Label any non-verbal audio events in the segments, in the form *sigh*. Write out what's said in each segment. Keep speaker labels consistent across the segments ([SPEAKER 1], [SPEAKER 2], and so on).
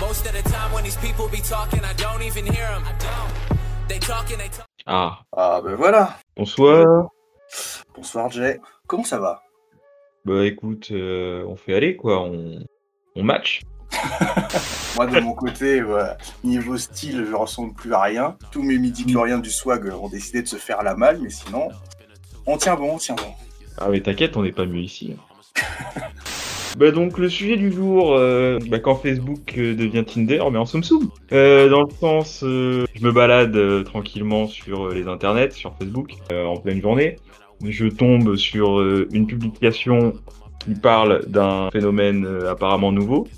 [SPEAKER 1] Most of the time when these people be talking, I don't even hear them. I don't. They talking, they talk.
[SPEAKER 2] Ah,
[SPEAKER 3] Ah ben voilà.
[SPEAKER 2] bonsoir.
[SPEAKER 3] Bonsoir Jay. Comment ça va
[SPEAKER 2] Bah écoute, euh, on fait aller quoi, on, on match.
[SPEAKER 3] Moi de mon côté, *laughs* voilà, niveau style, je ressemble plus à rien. Tous mes midi gloriens du swag ont décidé de se faire la malle, mais sinon, on tient bon, on tient bon.
[SPEAKER 2] Ah mais t'inquiète, on n'est pas mieux ici. *laughs* bah donc le sujet du jour, euh, bah, quand Facebook euh, devient Tinder, mais en somme soum. Euh, dans le sens, euh, je me balade euh, tranquillement sur euh, les internets, sur Facebook, euh, en pleine journée. Je tombe sur euh, une publication qui parle d'un phénomène euh, apparemment nouveau.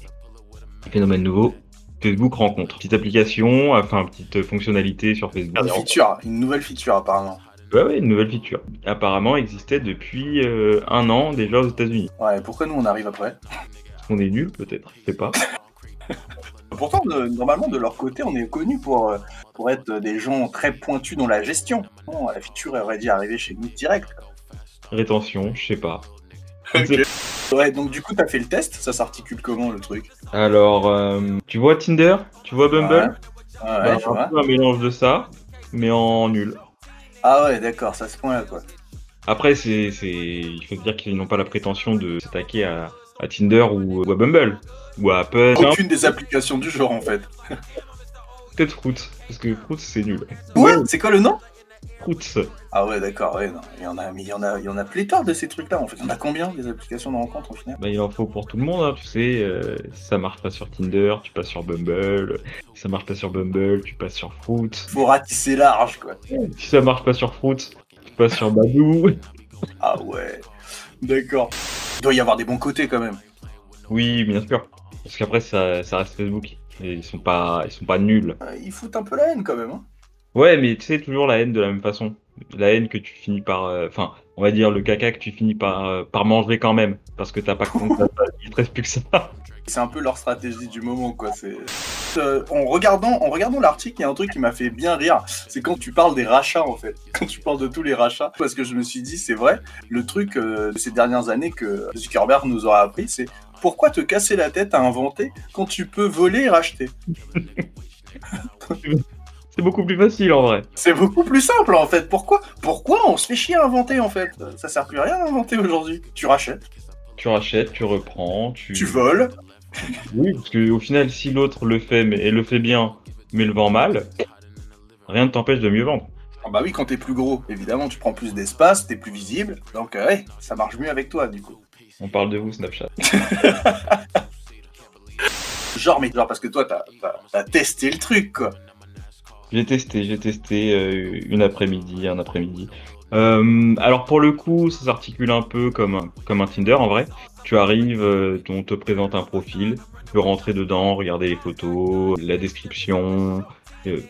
[SPEAKER 2] Phénomène nouveau. Facebook rencontre. Petite application, enfin petite euh, fonctionnalité sur Facebook.
[SPEAKER 3] Une feature, hein. une nouvelle feature apparemment.
[SPEAKER 2] Ouais, ouais, une nouvelle feature. Apparemment existait depuis euh, un an déjà aux États-Unis.
[SPEAKER 3] Ouais, pourquoi nous on arrive après
[SPEAKER 2] Est-ce qu'on est nul peut-être Je sais pas.
[SPEAKER 3] Pourtant, de- normalement de leur côté, on est connu pour, euh, pour être des gens très pointus dans la gestion. Bon, la feature aurait dû arriver chez nous direct. quoi.
[SPEAKER 2] Rétention, je sais
[SPEAKER 3] *laughs*
[SPEAKER 2] pas.
[SPEAKER 3] Ouais, donc du coup t'as fait le test, ça s'articule comment le truc
[SPEAKER 2] Alors, euh, tu vois Tinder Tu vois Bumble
[SPEAKER 3] Ah
[SPEAKER 2] Bah,
[SPEAKER 3] ouais, tu vois.
[SPEAKER 2] Un mélange de ça, mais en nul.
[SPEAKER 3] Ah ouais, d'accord, ça se point là quoi.
[SPEAKER 2] Après, c'est, c'est... il faut se dire qu'ils n'ont pas la prétention de s'attaquer à, à Tinder ou, ou à Bumble. Ou à Apple. Bah, Non,
[SPEAKER 3] Aucune des applications du genre en fait.
[SPEAKER 2] peut-être Fruits, parce que Fruits, c'est nul.
[SPEAKER 3] Ouais, c'est quoi le nom
[SPEAKER 2] Fruits,
[SPEAKER 3] Ah ouais, d'accord, ouais, non. Il y en a, mais il y en a, il y en a pléthore de ces trucs-là. En fait, il y en a combien des applications de rencontre au final
[SPEAKER 2] Bah, il en faut pour tout le monde, hein, tu sais, euh, ça marche pas sur Tinder, tu passes sur Bumble, si ça marche pas sur Bumble, tu passes sur Fruit,
[SPEAKER 3] Faut ratisser large, quoi.
[SPEAKER 2] si ça marche pas sur Fruit, tu passes sur Badou.
[SPEAKER 3] Ah ouais, d'accord. Il doit y avoir des bons côtés quand même.
[SPEAKER 2] *laughs* Oui, bien sûr, parce qu'après ça, ça reste Facebook, et ils sont pas, ils sont pas nuls.
[SPEAKER 3] Euh, ils foutent un peu la haine quand même. Hein.
[SPEAKER 2] Ouais, mais tu sais, toujours la haine de la même façon, la haine que tu finis par, euh, enfin, on va dire le caca que tu finis par, euh, par manger quand même, parce que t'as pas compte, il te reste plus que ça. *laughs*
[SPEAKER 3] C'est un peu leur stratégie du moment, quoi. C'est Euh, en regardant, en regardant l'article, il y a un truc qui m'a fait bien rire. C'est quand tu parles des rachats, en fait. Quand tu parles de tous les rachats, parce que je me suis dit, c'est vrai, le truc euh, de ces dernières années que Zuckerberg nous aura appris, c'est pourquoi te casser la tête à inventer quand tu peux voler et racheter.
[SPEAKER 2] C'est beaucoup plus facile en vrai.
[SPEAKER 3] C'est beaucoup plus simple en fait. Pourquoi Pourquoi on se fait chier à inventer en fait Euh, Ça sert plus à rien d'inventer aujourd'hui. Tu rachètes,
[SPEAKER 2] Tu rachètes, tu reprends, tu.
[SPEAKER 3] tu voles.
[SPEAKER 2] Oui, parce que au final, si l'autre le fait mais, et le fait bien, mais le vend mal, rien ne t'empêche de mieux vendre.
[SPEAKER 3] Ah bah oui, quand t'es plus gros, évidemment, tu prends plus d'espace, t'es plus visible. Donc euh, ouais, ça marche mieux avec toi du coup.
[SPEAKER 2] On parle de vous, Snapchat.
[SPEAKER 3] Genre, mais genre parce que toi, t'as t'as- t'as testé le truc quoi.
[SPEAKER 2] J'ai testé, j'ai testé euh, une après-midi, un après-midi. Euh, alors pour le coup, ça s'articule un peu comme un, comme un Tinder en vrai. Tu arrives, euh, on te présente un profil, tu peux rentrer dedans, regarder les photos, la description. euh,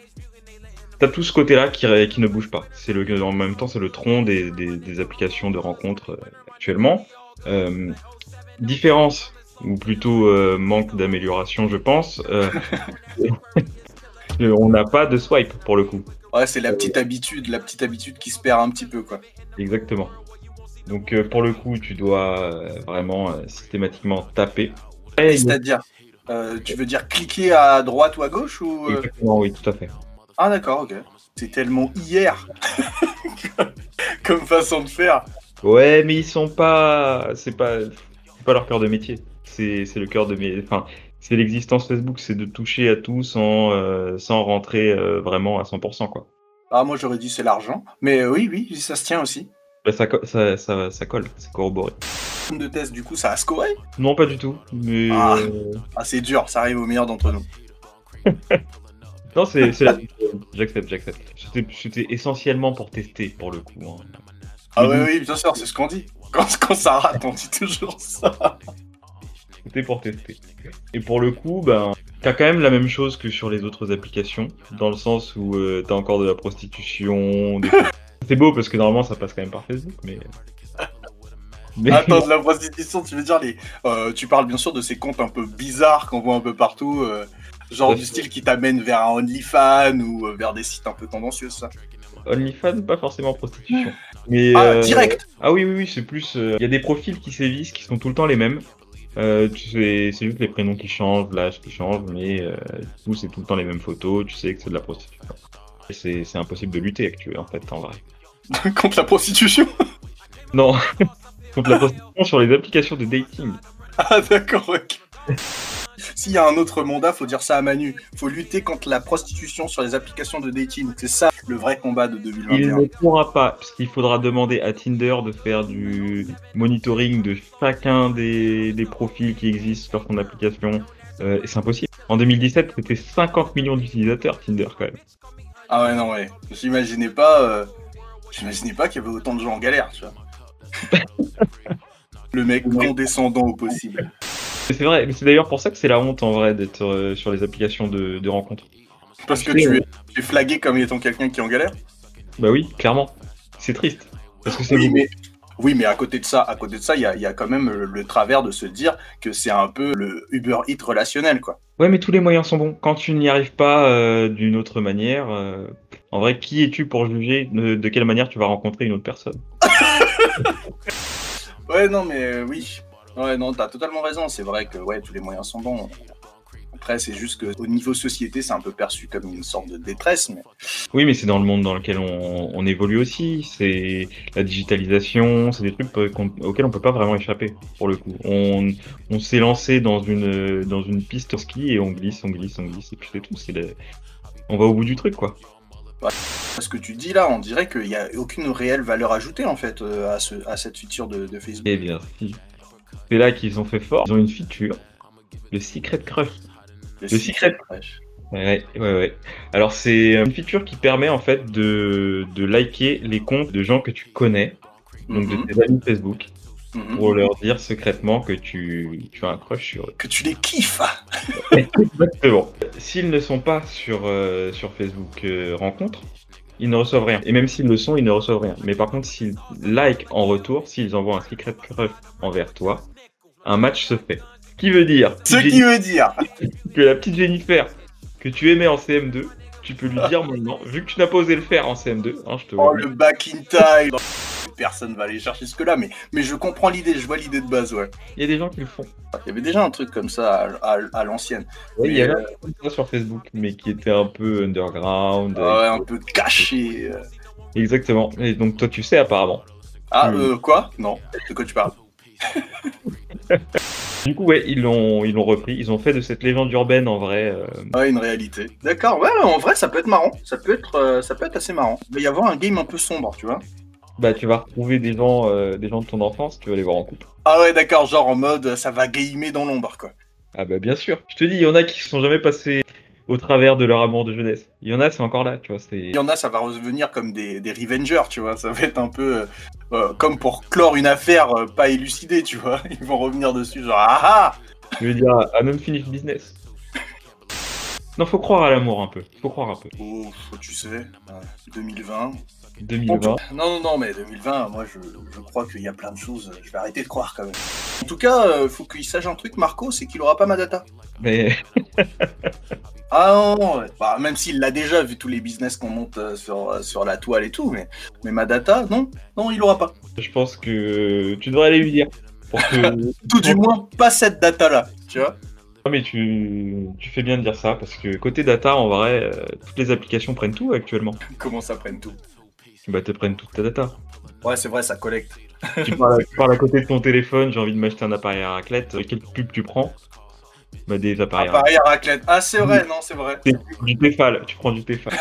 [SPEAKER 2] T'as tout ce côté-là qui, ré- qui ne bouge pas. C'est le, en même temps, c'est le tronc des, des- des applications de rencontres euh, actuellement. Euh, différence, ou plutôt euh, manque d'amélioration, je pense. euh, *laughs* on n'a pas de swipe pour le coup.
[SPEAKER 3] Ouais, c'est la petite habitude, la petite habitude qui se perd un petit peu quoi.
[SPEAKER 2] Exactement. Donc euh, pour le coup, tu dois euh, vraiment euh, systématiquement taper. Hey,
[SPEAKER 3] C'est-à-dire, euh, tu veux dire cliquer à droite ou à gauche ou euh,
[SPEAKER 2] Exactement, oui, tout à fait.
[SPEAKER 3] Ah d'accord, ok. C'est tellement hier *laughs* comme façon de faire.
[SPEAKER 2] Ouais, mais ils sont pas, c'est pas, c'est pas leur cœur de métier. C'est, c'est le cœur de mes, enfin, c'est l'existence Facebook, c'est de toucher à tout sans, euh, sans rentrer euh, vraiment à 100%, quoi.
[SPEAKER 3] Ah, moi j'aurais dit c'est l'argent, mais euh, oui, oui, ça se tient aussi.
[SPEAKER 2] Bah, ça, co- ça, ça, ça colle, c'est corroboré.
[SPEAKER 3] Forme de test, du coup, ça a scoré.
[SPEAKER 2] Non, pas du tout. Mais
[SPEAKER 3] Ah.
[SPEAKER 2] euh,
[SPEAKER 3] Ah, c'est dur, ça arrive au meilleur d'entre nous.
[SPEAKER 2] non, c'est, c'est la- j'accepte, j'accepte. C'était, c'était essentiellement pour tester, pour le coup. hein.
[SPEAKER 3] Ah,
[SPEAKER 2] Mhm.
[SPEAKER 3] oui, oui, bien sûr, c'est ce qu'on dit. Quand, quand ça rate, on dit toujours ça.
[SPEAKER 2] C'était pour tester. Et pour le coup, ben, t'as quand même la même chose que sur les autres applications, dans le sens où euh, t'as encore de la prostitution. des-
[SPEAKER 3] *laughs*
[SPEAKER 2] C'est beau parce que normalement ça passe quand même par Facebook, mais. mais...
[SPEAKER 3] Attends, de la prostitution, tu veux dire les. euh, tu parles bien sûr de ces comptes un peu bizarres qu'on voit un peu partout, euh, genre
[SPEAKER 2] Ouais.
[SPEAKER 3] du style qui t'amène vers un OnlyFans ou euh, vers des sites un peu tendancieux, ça.
[SPEAKER 2] *laughs* OnlyFans, pas forcément
[SPEAKER 3] *laughs*
[SPEAKER 2] prostitution. Mais,
[SPEAKER 3] Ah,
[SPEAKER 2] euh,
[SPEAKER 3] direct *laughs*
[SPEAKER 2] Ah oui, oui, oui, c'est plus. Il y a des profils qui sévissent, qui sont tout le temps les mêmes. Euh, tu sais, c'est juste les prénoms qui changent, l'âge qui change, mais euh, tout, c'est tout le temps les mêmes photos, tu sais que c'est de la prostitution. Et C'est c'est impossible de lutter actuellement, en fait, en vrai.
[SPEAKER 3] Contre la prostitution *laughs*
[SPEAKER 2] Non, contre la prostitution sur les applications de dating.
[SPEAKER 3] Ah d'accord, ok. S'il y a un autre mandat, faut dire ça à Manu. Faut lutter contre la prostitution sur les applications de dating. C'est ça le vrai combat de
[SPEAKER 2] Il
[SPEAKER 3] 2021.
[SPEAKER 2] ne pourra pas, puisqu'il faudra demander à Tinder de faire du monitoring de chacun des, des profils qui existent sur son application. Euh, et c'est impossible. En 2017, c'était 50 millions d'utilisateurs Tinder quand même.
[SPEAKER 3] Ah ouais, non, ouais. J'imaginais pas, euh, j'imaginais pas qu'il y avait autant de gens en galère, tu vois. *laughs* le mec condescendant au possible.
[SPEAKER 2] Et C'est vrai, mais c'est d'ailleurs pour ça que c'est la honte en vrai d'être euh, sur les applications de, de rencontres.
[SPEAKER 3] Parce que tu es,
[SPEAKER 2] euh,
[SPEAKER 3] tu es flagué comme étant quelqu'un qui est en galère.
[SPEAKER 2] Bah oui, clairement. C'est triste. Parce que c'est
[SPEAKER 3] Oui, mais, oui, mais à côté de ça, à côté de ça, il y a, il y a quand même le, le travers de se dire que c'est un peu le Uber Eats relationnel, quoi.
[SPEAKER 2] Ouais, mais tous les moyens sont bons. Quand tu n'y arrives pas euh, d'une autre manière, euh, en vrai, qui es-tu pour juger de, de quelle manière tu vas rencontrer une autre personne
[SPEAKER 3] Ouais, non, mais euh, oui. Ouais, non, t'as totalement raison. C'est vrai que ouais, tous les moyens sont bons. Après, c'est juste qu'au niveau société, c'est un peu perçu comme une sorte de détresse, mais
[SPEAKER 2] Oui, mais c'est dans le monde dans lequel on, on évolue aussi. C'est la digitalisation, c'est des trucs euh, qu'on- auxquels on peut pas vraiment échapper pour le coup. On, on s'est lancé dans une dans une piste au ski et on glisse, on glisse, on glisse et puis c'est tout. C'est le- on va au bout du truc quoi.
[SPEAKER 3] ce que tu dis là, on dirait qu'il n'y a aucune réelle valeur ajoutée, en fait, euh, à, ce, à cette feature de, de Facebook.
[SPEAKER 2] Eh bien, si. c'est là qu'ils ont fait fort. Ils ont une feature, le Secret Crush. le secret.
[SPEAKER 3] Crush.
[SPEAKER 2] Ouais, ouais, ouais, ouais. Alors c'est une feature qui permet en fait de, de liker les comptes de gens que tu connais, donc
[SPEAKER 3] Mhm,
[SPEAKER 2] de tes amis Facebook,
[SPEAKER 3] mhm.
[SPEAKER 2] pour leur dire secrètement que tu, tu as un crush sur eux.
[SPEAKER 3] Que tu les kiffes hein.
[SPEAKER 2] Exactement. S'ils ne sont pas sur, euh, sur Facebook euh, Rencontre, ils ne reçoivent rien. Et même s'ils le sont, ils ne reçoivent rien. Mais par contre, s'ils like en retour, s'ils envoient un secret crush envers toi, un match se fait. Ce qui veut dire
[SPEAKER 3] Ce qui veut dire
[SPEAKER 2] que la petite Jennifer que tu aimais en CM2, tu peux lui dire maintenant, vu que tu n'as pas osé le faire en CM2, hein, je te
[SPEAKER 3] Oh,
[SPEAKER 2] vois.
[SPEAKER 3] le back in time Personne va aller chercher jusque-là, mais, mais je comprends l'idée, je vois l'idée de base, ouais.
[SPEAKER 2] Il y a des gens qui le font.
[SPEAKER 3] Il y avait déjà un truc comme ça à, à- à l'ancienne.
[SPEAKER 2] Ouais, il y
[SPEAKER 3] Mais,
[SPEAKER 2] avait un truc comme ça sur Facebook, mais qui était un peu underground.
[SPEAKER 3] Ah ouais, un peu caché. euh.
[SPEAKER 2] Exactement. Et donc toi, tu sais apparemment.
[SPEAKER 3] Ah,
[SPEAKER 2] Hmm.
[SPEAKER 3] euh, quoi Non, de quoi tu parles
[SPEAKER 2] Du coup, ouais, ils l'ont, ils l'ont repris. Ils ont fait de cette légende urbaine en vrai. euh,
[SPEAKER 3] Ouais, Ah, une réalité. D'accord, ouais, en vrai, ça peut être marrant. Ça peut être, euh, ça peut être assez marrant. Il va y avoir un game un peu sombre, tu vois.
[SPEAKER 2] bah, tu vas retrouver des gens, euh, des gens de ton enfance. Tu vas les voir en couple.
[SPEAKER 3] Ah ouais, d'accord, genre en mode, euh, ça va gamer dans l'ombre, quoi.
[SPEAKER 2] Ah bah bien sûr. Je te dis, il y en a qui se sont jamais passés au travers de leur amour de jeunesse. Il y en a, c'est encore là. Tu vois, c'est.
[SPEAKER 3] Il y en a, ça va revenir comme des, des Revengers, tu vois. Ça va être un peu euh, euh, comme pour clore une affaire euh, pas élucidée, tu vois. *laughs* Ils vont revenir dessus, genre, ah ah
[SPEAKER 2] Je veux dire, un unfinished business. Non, faut croire à l'amour un peu. Faut croire un peu.
[SPEAKER 3] Oh, tu sais, euh, 2020.
[SPEAKER 2] 2020.
[SPEAKER 3] Non, non, non, mais 2020, moi, je, je crois qu'il y a plein de choses. Je vais arrêter de croire, quand même. En tout cas, euh, faut qu'il sache un truc, Marco, c'est qu'il aura pas ma data.
[SPEAKER 2] Mais *laughs*
[SPEAKER 3] Ah non, ouais. Bah, même s'il l'a déjà vu tous les business qu'on monte euh, sur, euh, sur la toile et tout, mais, mais ma data, non, non, il aura pas.
[SPEAKER 2] je pense que tu devrais aller lui dire. Pour
[SPEAKER 3] *laughs*
[SPEAKER 2] que...
[SPEAKER 3] Tout du moins, pas cette data là, tu vois.
[SPEAKER 2] Non, Ah, mais tu... tu fais bien de dire ça parce que côté data, en vrai, euh, toutes les applications prennent tout actuellement.
[SPEAKER 3] Comment ça prenne tout
[SPEAKER 2] Bah, te prennent toute ta data.
[SPEAKER 3] Ouais, c'est vrai, ça collecte.
[SPEAKER 2] tu, parles, tu parles à côté de ton téléphone, j'ai envie de m'acheter un appareil à raclette. Euh, Quelle pub tu prends Bah, des appareils à raclette.
[SPEAKER 3] Pareil à raclette. Ah, c'est vrai, non, c'est vrai. *laughs*
[SPEAKER 2] Du Tefal, tu prends du Tefal.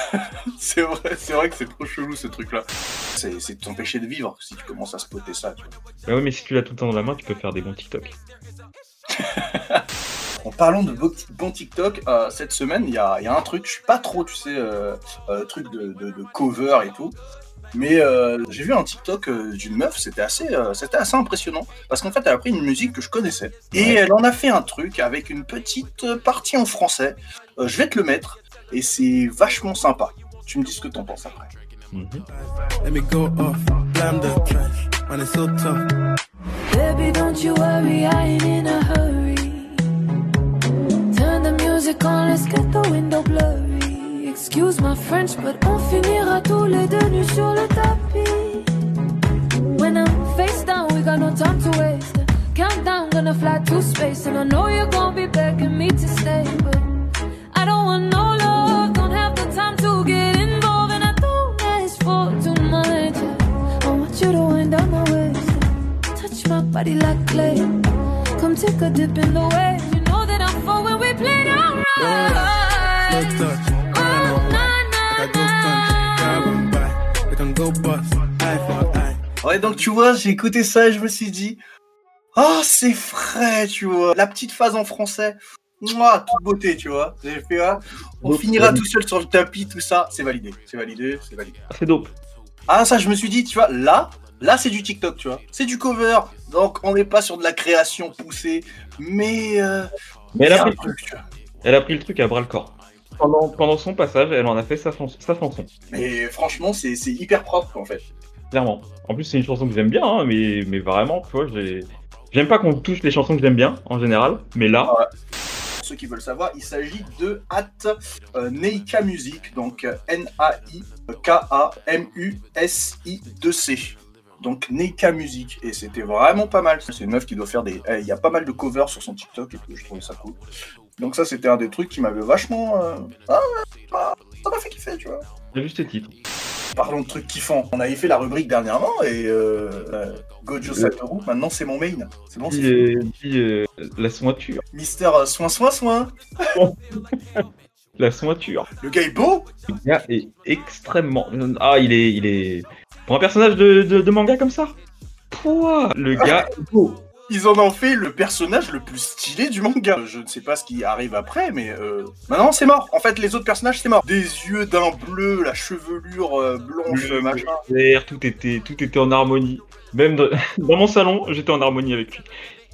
[SPEAKER 3] C'est vrai, c'est vrai que c'est trop chelou ce truc là. C'est c'est de t'empêcher de vivre si tu commences à spotter ça, tu vois.
[SPEAKER 2] bah, ouais, mais si tu l'as tout le temps dans la main, tu peux faire des bons TikTok.
[SPEAKER 3] En parlant de bo- bon TikTok, euh, cette semaine, il y a, il y a un truc, je suis pas trop, tu sais, euh, euh, truc de, de- de cover et tout. Mais euh, j'ai vu un TikTok euh, d'une meuf, c'était assez, euh, c'était assez impressionnant. Parce qu'en fait, elle a pris une musique que je connaissais. Et
[SPEAKER 2] Ouais.
[SPEAKER 3] elle en a fait un truc avec une petite partie en français. Euh, je vais te le mettre. Et c'est vachement sympa. Tu me dis ce que t'en penses après.
[SPEAKER 2] Mhm.
[SPEAKER 4] Let me go off, blam the trash, man it's so tough.
[SPEAKER 5] Baby, don't you worry, I ain't in a hurry. Turn the music on, let's get the window blurry. Excuse my French, but on finira tous les deux nus sur le tapis. When I'm face down, we got no time to waste. Count down, gonna fly to space. And I know you're gonna be begging me to stay, but I don't want no love. Don't have the time to get involved, and I don't ask for too much. I want you to wind down my waist, touch my body like clay. Come take a dip in the waves. You know that I'm for when we play down right.
[SPEAKER 4] No touch. I
[SPEAKER 5] Oh,
[SPEAKER 4] know
[SPEAKER 5] na,
[SPEAKER 4] why.
[SPEAKER 5] na,
[SPEAKER 4] I
[SPEAKER 5] na.
[SPEAKER 4] got goosebumps. Grab 'em by. They can go bust. Eye for eye.
[SPEAKER 3] Ouais, donc tu vois, j'ai écouté ça et je me suis dit, ah, c'est frais, tu vois. La petite phase en français, moi, toute beauté, tu vois. J'ai fait, ah, on
[SPEAKER 2] Donc,
[SPEAKER 3] finira
[SPEAKER 2] euh,
[SPEAKER 3] tout seul sur le tapis, tout ça, c'est validé, c'est validé, c'est validé.
[SPEAKER 2] C'est dope.
[SPEAKER 3] Ah, ça, je me suis dit, tu vois, là, là, c'est du TikTok, tu vois. C'est du cover, donc on n'est pas sur de la création poussée, mais. euh,
[SPEAKER 2] Mais elle a
[SPEAKER 3] c'est un
[SPEAKER 2] pris-
[SPEAKER 3] truc, tu vois.
[SPEAKER 2] Elle a pris le truc à bras le corps. Pendant, pendant son passage, elle en a fait sa, chan- sa chanson,
[SPEAKER 3] Mais franchement, c'est c'est hyper propre, en fait.
[SPEAKER 2] clairement. En plus, c'est une chanson que j'aime bien, hein, mais, mais vraiment, tu vois, j'ai- j'aime pas qu'on touche les chansons que j'aime bien, en général, mais là,
[SPEAKER 3] Pour ceux qui veulent savoir, il s'agit de at euh, Neika Music, donc euh, N-A-I-K-A-M-U-S-I-2-C. Donc Neika Music, et c'était vraiment pas mal. C'est une meuf qui doit faire des. eh, Il y a pas mal de covers sur son TikTok et tout, je trouvais ça cool. Donc ça, c'était un des trucs qui m'avait vachement. euh, ah, ah, ça m'a fait kiffer, tu vois.
[SPEAKER 2] j'ai vu ce titre.
[SPEAKER 3] Parlons de trucs kiffants. On avait fait la rubrique dernièrement et euh, euh, Gojo Satoru, maintenant c'est mon main. C'est bon, Oh, c'est
[SPEAKER 2] Dis, euh, dis, euh, la sointure.
[SPEAKER 3] Mister euh, Soin Soin Soin.
[SPEAKER 2] La sointure.
[SPEAKER 3] Le gars est beau
[SPEAKER 2] Le gars est extrêmement. Ah, il est. Il est... Pour un personnage de, de, de manga comme ça Pouah, Le gars est beau.
[SPEAKER 3] Ils en ont fait le personnage le plus stylé du manga. Je ne sais pas ce qui arrive après, mais euh... maintenant c'est mort. En fait, les autres personnages c'est mort. Des yeux d'un bleu, la chevelure euh, blanche,
[SPEAKER 2] Bleu,
[SPEAKER 3] machin.
[SPEAKER 2] Vert, Tout était, tout était en harmonie. Même dans- *laughs* dans mon salon, j'étais en harmonie avec lui.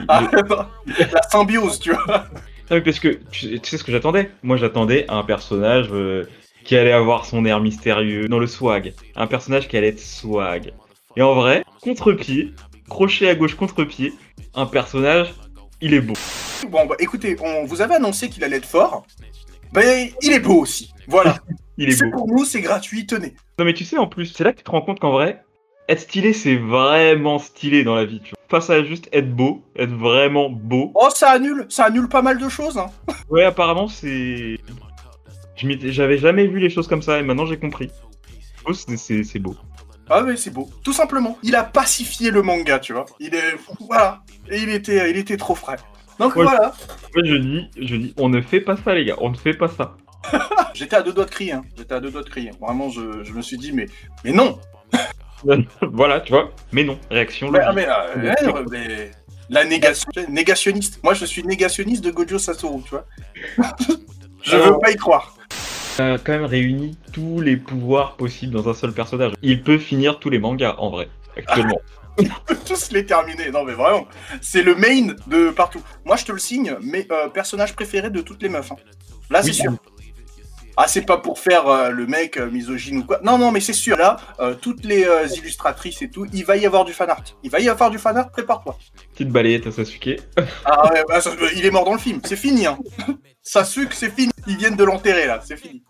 [SPEAKER 3] Ah, *laughs* la symbiose, tu vois.
[SPEAKER 2] Ah oui, parce que tu sais, tu sais ce que j'attendais Moi, j'attendais un personnage euh, qui allait avoir son air mystérieux dans le swag. Un personnage qui allait être swag. Et en vrai, contre-pied, crochet à gauche, contre-pied, un personnage, il est beau.
[SPEAKER 3] Bon, bah écoutez, on vous avait annoncé qu'il allait être fort. Ben, il est beau aussi. Voilà.
[SPEAKER 2] Il est
[SPEAKER 3] C'est
[SPEAKER 2] beau.
[SPEAKER 3] pour nous, c'est gratuit, tenez.
[SPEAKER 2] Non, mais tu sais, en plus, c'est là que tu te rends compte qu'en vrai, être stylé, c'est vraiment stylé dans la vie. Tu vois. Pas ça juste être beau, être vraiment beau.
[SPEAKER 3] Oh, ça annule, ça annule pas mal de choses. Hein.
[SPEAKER 2] Ouais, apparemment, c'est. Je m'étais- J'avais jamais vu les choses comme ça et maintenant j'ai compris. Oh, c'est- C'est c'est beau.
[SPEAKER 3] Ah mais c'est beau, tout simplement. Il a pacifié le manga, tu vois. Il est voilà, et il était, il était trop frais. Donc
[SPEAKER 2] Ouais.
[SPEAKER 3] voilà,
[SPEAKER 2] Moi je dis, je dis, on ne fait pas ça les gars, on ne fait pas ça. *laughs*
[SPEAKER 3] j'étais à deux doigts de crier. hein. J'étais à deux doigts de crier. Vraiment, je, je me suis dit mais mais non.
[SPEAKER 2] voilà, tu vois. Mais non, réaction
[SPEAKER 3] Mais,
[SPEAKER 2] logique.
[SPEAKER 3] ah, mais, euh, ouais, mais la négation, négationniste. Moi, je suis négationniste de Gojo Satoru, tu vois. *laughs* je veux pas y croire. *laughs*
[SPEAKER 2] Il a quand même réuni tous les pouvoirs possibles dans un seul personnage. Il peut finir tous les mangas en vrai, actuellement. *laughs*
[SPEAKER 3] Tous les terminer. Non mais vraiment, c'est le main de partout. Moi, je te le signe, mais euh, personnage préféré de toutes les meufs. hein. Là, c'est
[SPEAKER 2] Oui,
[SPEAKER 3] sûr. Ah, c'est pas pour faire euh, le mec euh, misogyne ou quoi. Non, non, mais c'est sûr. Là, euh, toutes les euh, illustratrices et tout, il va y avoir du fanart. Il va y avoir du fanart, prépare-toi.
[SPEAKER 2] Petite balayette à Sasuke.
[SPEAKER 3] Ah ouais, bah, ça- euh, il est mort dans le film, c'est fini. Hein. *laughs* Sasuke, c'est fini. Ils viennent de l'enterrer là, c'est fini.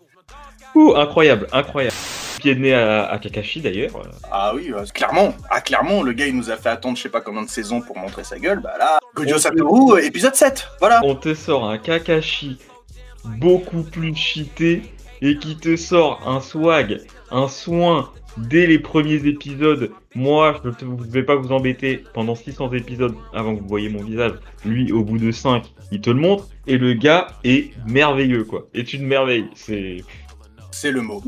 [SPEAKER 2] Ouh, incroyable, incroyable. Pied de nez à, à Kakashi d'ailleurs.
[SPEAKER 3] Ah oui, bah, clairement. Ah, clairement, le gars, il nous a fait attendre je sais pas combien de saisons pour montrer sa gueule. Bah là, Gojo Satoru, euh, épisode 7. Voilà.
[SPEAKER 2] On te sort un Kakashi beaucoup plus cheaté et qui te sort un swag, un soin dès les premiers épisodes. Moi, je ne vais pas vous embêter pendant 600 épisodes avant que vous voyez mon visage. Lui, au bout de 5, il te le montre et le gars est merveilleux quoi. Est une merveille. C'est,
[SPEAKER 3] C'est le mot.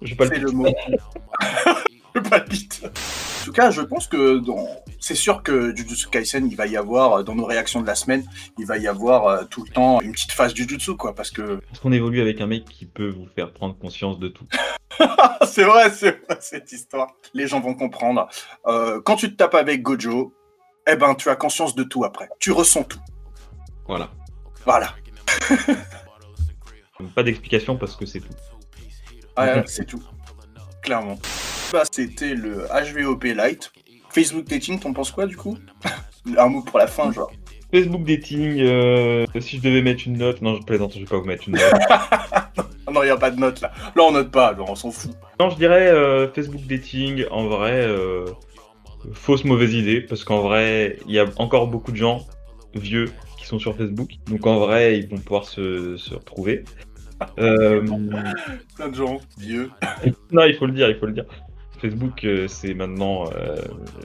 [SPEAKER 2] je pas
[SPEAKER 3] C'est
[SPEAKER 2] le.
[SPEAKER 3] le mot. *laughs* Je palpite. En tout cas, je pense que dans... c'est sûr que Jujutsu Kaisen, il va y avoir, euh, dans nos réactions de la semaine, il va y avoir euh, tout le temps une petite phase Jujutsu, quoi, parce que...
[SPEAKER 2] Parce qu'on évolue avec un mec qui peut vous faire prendre conscience de tout.
[SPEAKER 3] Ah, *laughs* c'est vrai, c'est vrai, cette histoire. Les gens vont comprendre. Euh, quand tu te tapes avec Gojo, eh ben, tu as conscience de tout après. Tu ressens tout.
[SPEAKER 2] Voilà.
[SPEAKER 3] Voilà.
[SPEAKER 2] Pas d'explication parce que c'est tout.
[SPEAKER 3] Ouais, ouais, c'est tout. Clairement. Bah, c'était le HVOP Lite. Facebook Dating, t'en penses quoi, du coup *laughs* Un mot pour la fin, genre.
[SPEAKER 2] Facebook dating, euh, si je devais mettre une note, non je plaisante, je vais pas vous mettre une note. *laughs*
[SPEAKER 3] Ah non, il a pas de note, là. Là, on note pas, alors on s'en fout.
[SPEAKER 2] non je dirais euh, Facebook dating, en vrai, euh, fausse mauvaise idée, parce qu'en vrai, il y a encore beaucoup de gens vieux qui sont sur Facebook, donc en vrai, ils vont pouvoir se, se retrouver. Euh,
[SPEAKER 3] Plein de gens vieux.
[SPEAKER 2] non, il faut le dire, il faut le dire. Facebook, euh, c'est maintenant euh,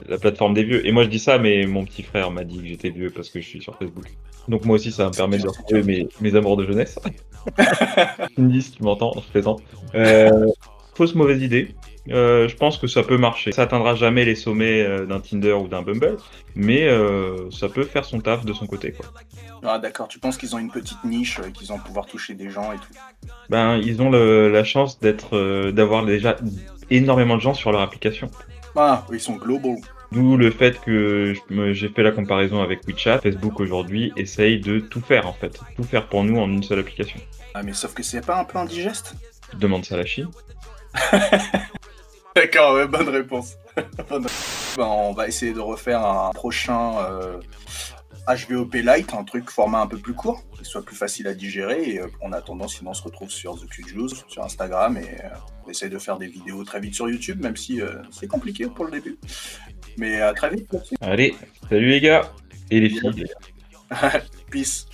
[SPEAKER 2] la plateforme des vieux. Et moi, je dis ça, mais mon petit frère m'a dit que j'étais vieux parce que je suis sur Facebook. Donc moi aussi, ça va me permettre de retrouver mes, mes amours de jeunesse. tu me dis si tu m'entends, je plaisante. Euh, fausse mauvaise idée. Euh, je pense que ça peut marcher. Ça atteindra jamais les sommets euh, d'un Tinder ou d'un Bumble, mais euh, ça peut faire son taf de son côté. Quoi.
[SPEAKER 3] Ah d'accord, tu penses qu'ils ont une petite niche, euh, qu'ils vont pouvoir toucher des gens et tout.
[SPEAKER 2] Ben, ils ont le- la chance d'être, euh, d'avoir déjà énormément de gens sur leur application.
[SPEAKER 3] Ah, ils sont globaux.
[SPEAKER 2] D'où le fait que je me- j'ai fait la comparaison avec WeChat. Facebook aujourd'hui essaye de tout faire en fait, tout faire pour nous en une seule application.
[SPEAKER 3] Ah mais sauf que c'est pas un peu indigeste
[SPEAKER 2] Je Demande ça à la Chine.
[SPEAKER 3] D'accord, ouais, bonne réponse. *laughs* Bonne réponse. Ben, on va essayer de refaire un prochain euh, HVOP Lite, un truc format un peu plus court, qui soit plus facile à digérer. Et euh, en attendant, sinon on se retrouve sur The Q Juice, sur Instagram, et euh, on essaie de faire des vidéos très vite sur YouTube, même si euh, c'est compliqué pour le début. Mais à très vite, merci.
[SPEAKER 2] Allez, salut les gars et les filles.
[SPEAKER 3] Peace.